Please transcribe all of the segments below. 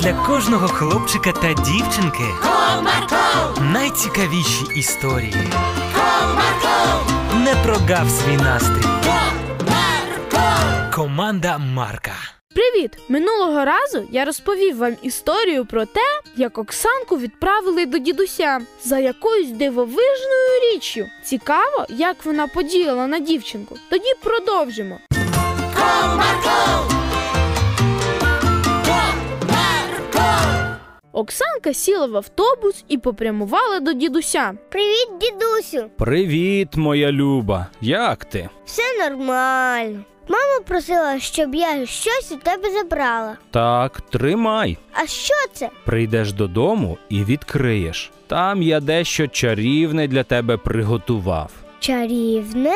для кожного хлопчика та дівчинки Comarco, найцікавіші історії. comarco, Не прогав свій настрій. comarco. Команда Марка. Привіт! Минулого разу я розповів вам історію про те, як Оксанку відправили до дідуся за якоюсь дивовижною річчю. Цікаво, як вона подіяла на дівчинку. Тоді продовжимо. Оксанка сіла в автобус і попрямувала до дідуся. Привіт, дідусю. Привіт, моя Люба. Як ти? Все нормально. Мама просила, щоб я щось у тебе забрала. Так, тримай. А що це? Прийдеш додому і відкриєш. Там я дещо чарівне для тебе приготував. Чарівне.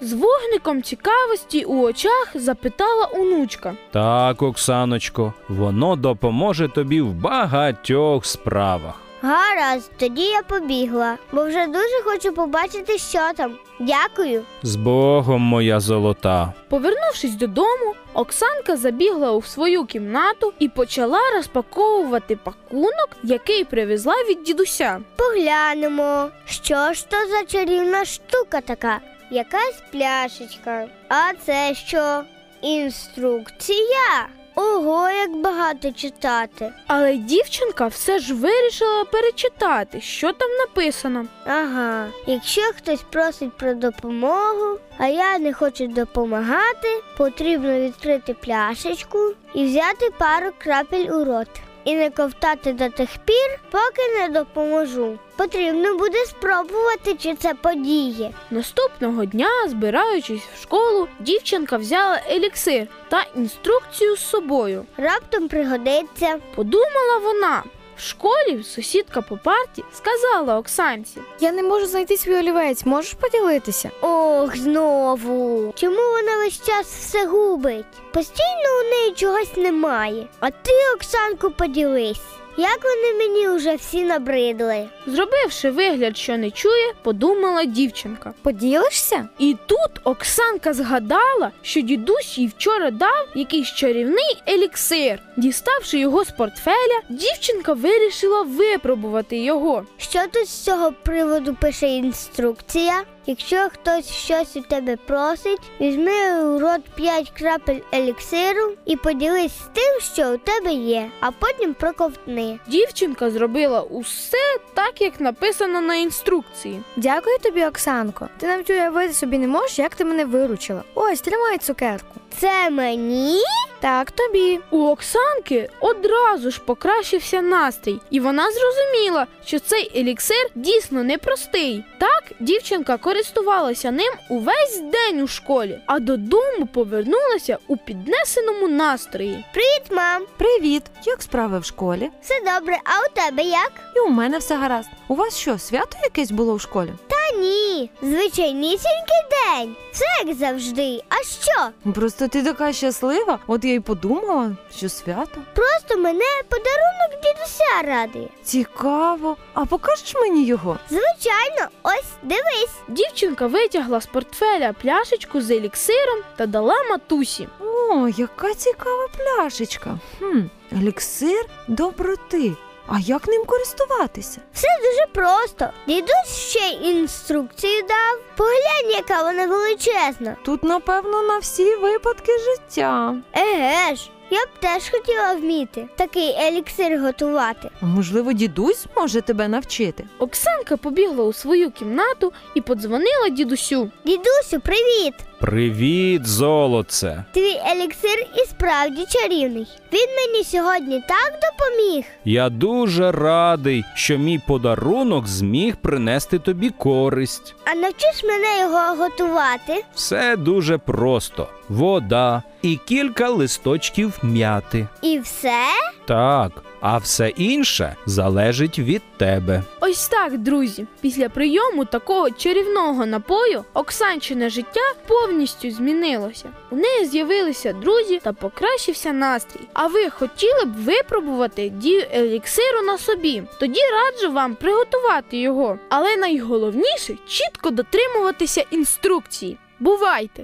З вогником цікавості у очах запитала онучка. Так, Оксаночко, воно допоможе тобі в багатьох справах. Гаразд, тоді я побігла, бо вже дуже хочу побачити, що там. Дякую. З Богом, моя золота. Повернувшись додому, Оксанка забігла у свою кімнату і почала розпаковувати пакунок, який привезла від дідуся. Поглянемо, що ж то за чарівна штука така. Якась пляшечка. А це що? Інструкція. Ого, як багато читати. Але дівчинка все ж вирішила перечитати, що там написано. Ага, якщо хтось просить про допомогу, а я не хочу допомагати, потрібно відкрити пляшечку і взяти пару крапель у рот. І не ковтати до тих пір, поки не допоможу. Потрібно буде спробувати, чи це подіє. Наступного дня, збираючись в школу, дівчинка взяла еліксир та інструкцію з собою. Раптом пригодиться. Подумала вона. В школі сусідка по парті сказала Оксанці. Я не можу знайти свій олівець, можеш поділитися? Ох, знову. Чому вона весь час все губить? Постійно у неї чогось немає. А ти, Оксанку, поділись. Як вони мені вже всі набридли. Зробивши вигляд, що не чує, подумала дівчинка. Поділишся? І тут Оксанка згадала, що дідусь їй вчора дав якийсь чарівний еліксир. Діставши його з портфеля, дівчинка вирішила випробувати його. Що тут з цього приводу пише інструкція? Якщо хтось щось у тебе просить, візьми у рот 5 крапель еліксиру і поділись з тим, що у тебе є, а потім проковтни. Дівчинка зробила усе так, як написано на інструкції. Дякую тобі, Оксанко. Ти навіть уявити собі не можеш, як ти мене виручила. Ось, тримай цукерку. Це мені? Так тобі. У Оксанки одразу ж покращився настрій, і вона зрозуміла, що цей еліксир дійсно непростий. Так дівчинка користувалася ним увесь день у школі, а додому повернулася у піднесеному настрої. Від мам, Привіт! Як справи в школі? все добре, а у тебе як? І у мене все гаразд. У вас що, свято якесь було в школі? Та ні, звичайнісінький день. Все як завжди. А що? Просто ти така щаслива, от я й подумала, що свято. Просто мене подарунок дідуся радує. Цікаво. А покажеш мені його? Звичайно, ось дивись. Дівчинка витягла з портфеля пляшечку з еліксиром та дала матусі. О, яка цікава пляшечка. Хм, еліксир доброти. А як ним користуватися? Все дуже просто. Дідусь ще й інструкцію дав. Поглянь, яка вона величезна. Тут, напевно, на всі випадки життя. Еге ж, я б теж хотіла вміти такий еліксир готувати. А Можливо, дідусь може тебе навчити. Оксанка побігла у свою кімнату і подзвонила дідусю. Дідусю, привіт! Привіт, золоце. Твій еліксир і справді чарівний. Він мені сьогодні так допоміг. Я дуже радий, що мій подарунок зміг принести тобі користь. А навчиш мене його готувати? Все дуже просто: вода і кілька листочків м'яти. І все? Так, а все інше залежить від тебе. Ось так, друзі. Після прийому такого чарівного напою Оксанчине життя повністю змінилося. У неї з'явилися друзі та покращився настрій. А ви хотіли б випробувати дію еліксиру на собі? Тоді раджу вам приготувати його. Але найголовніше чітко дотримуватися інструкції. Бувайте!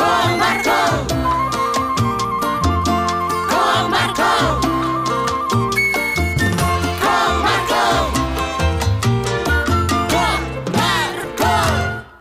Comarco,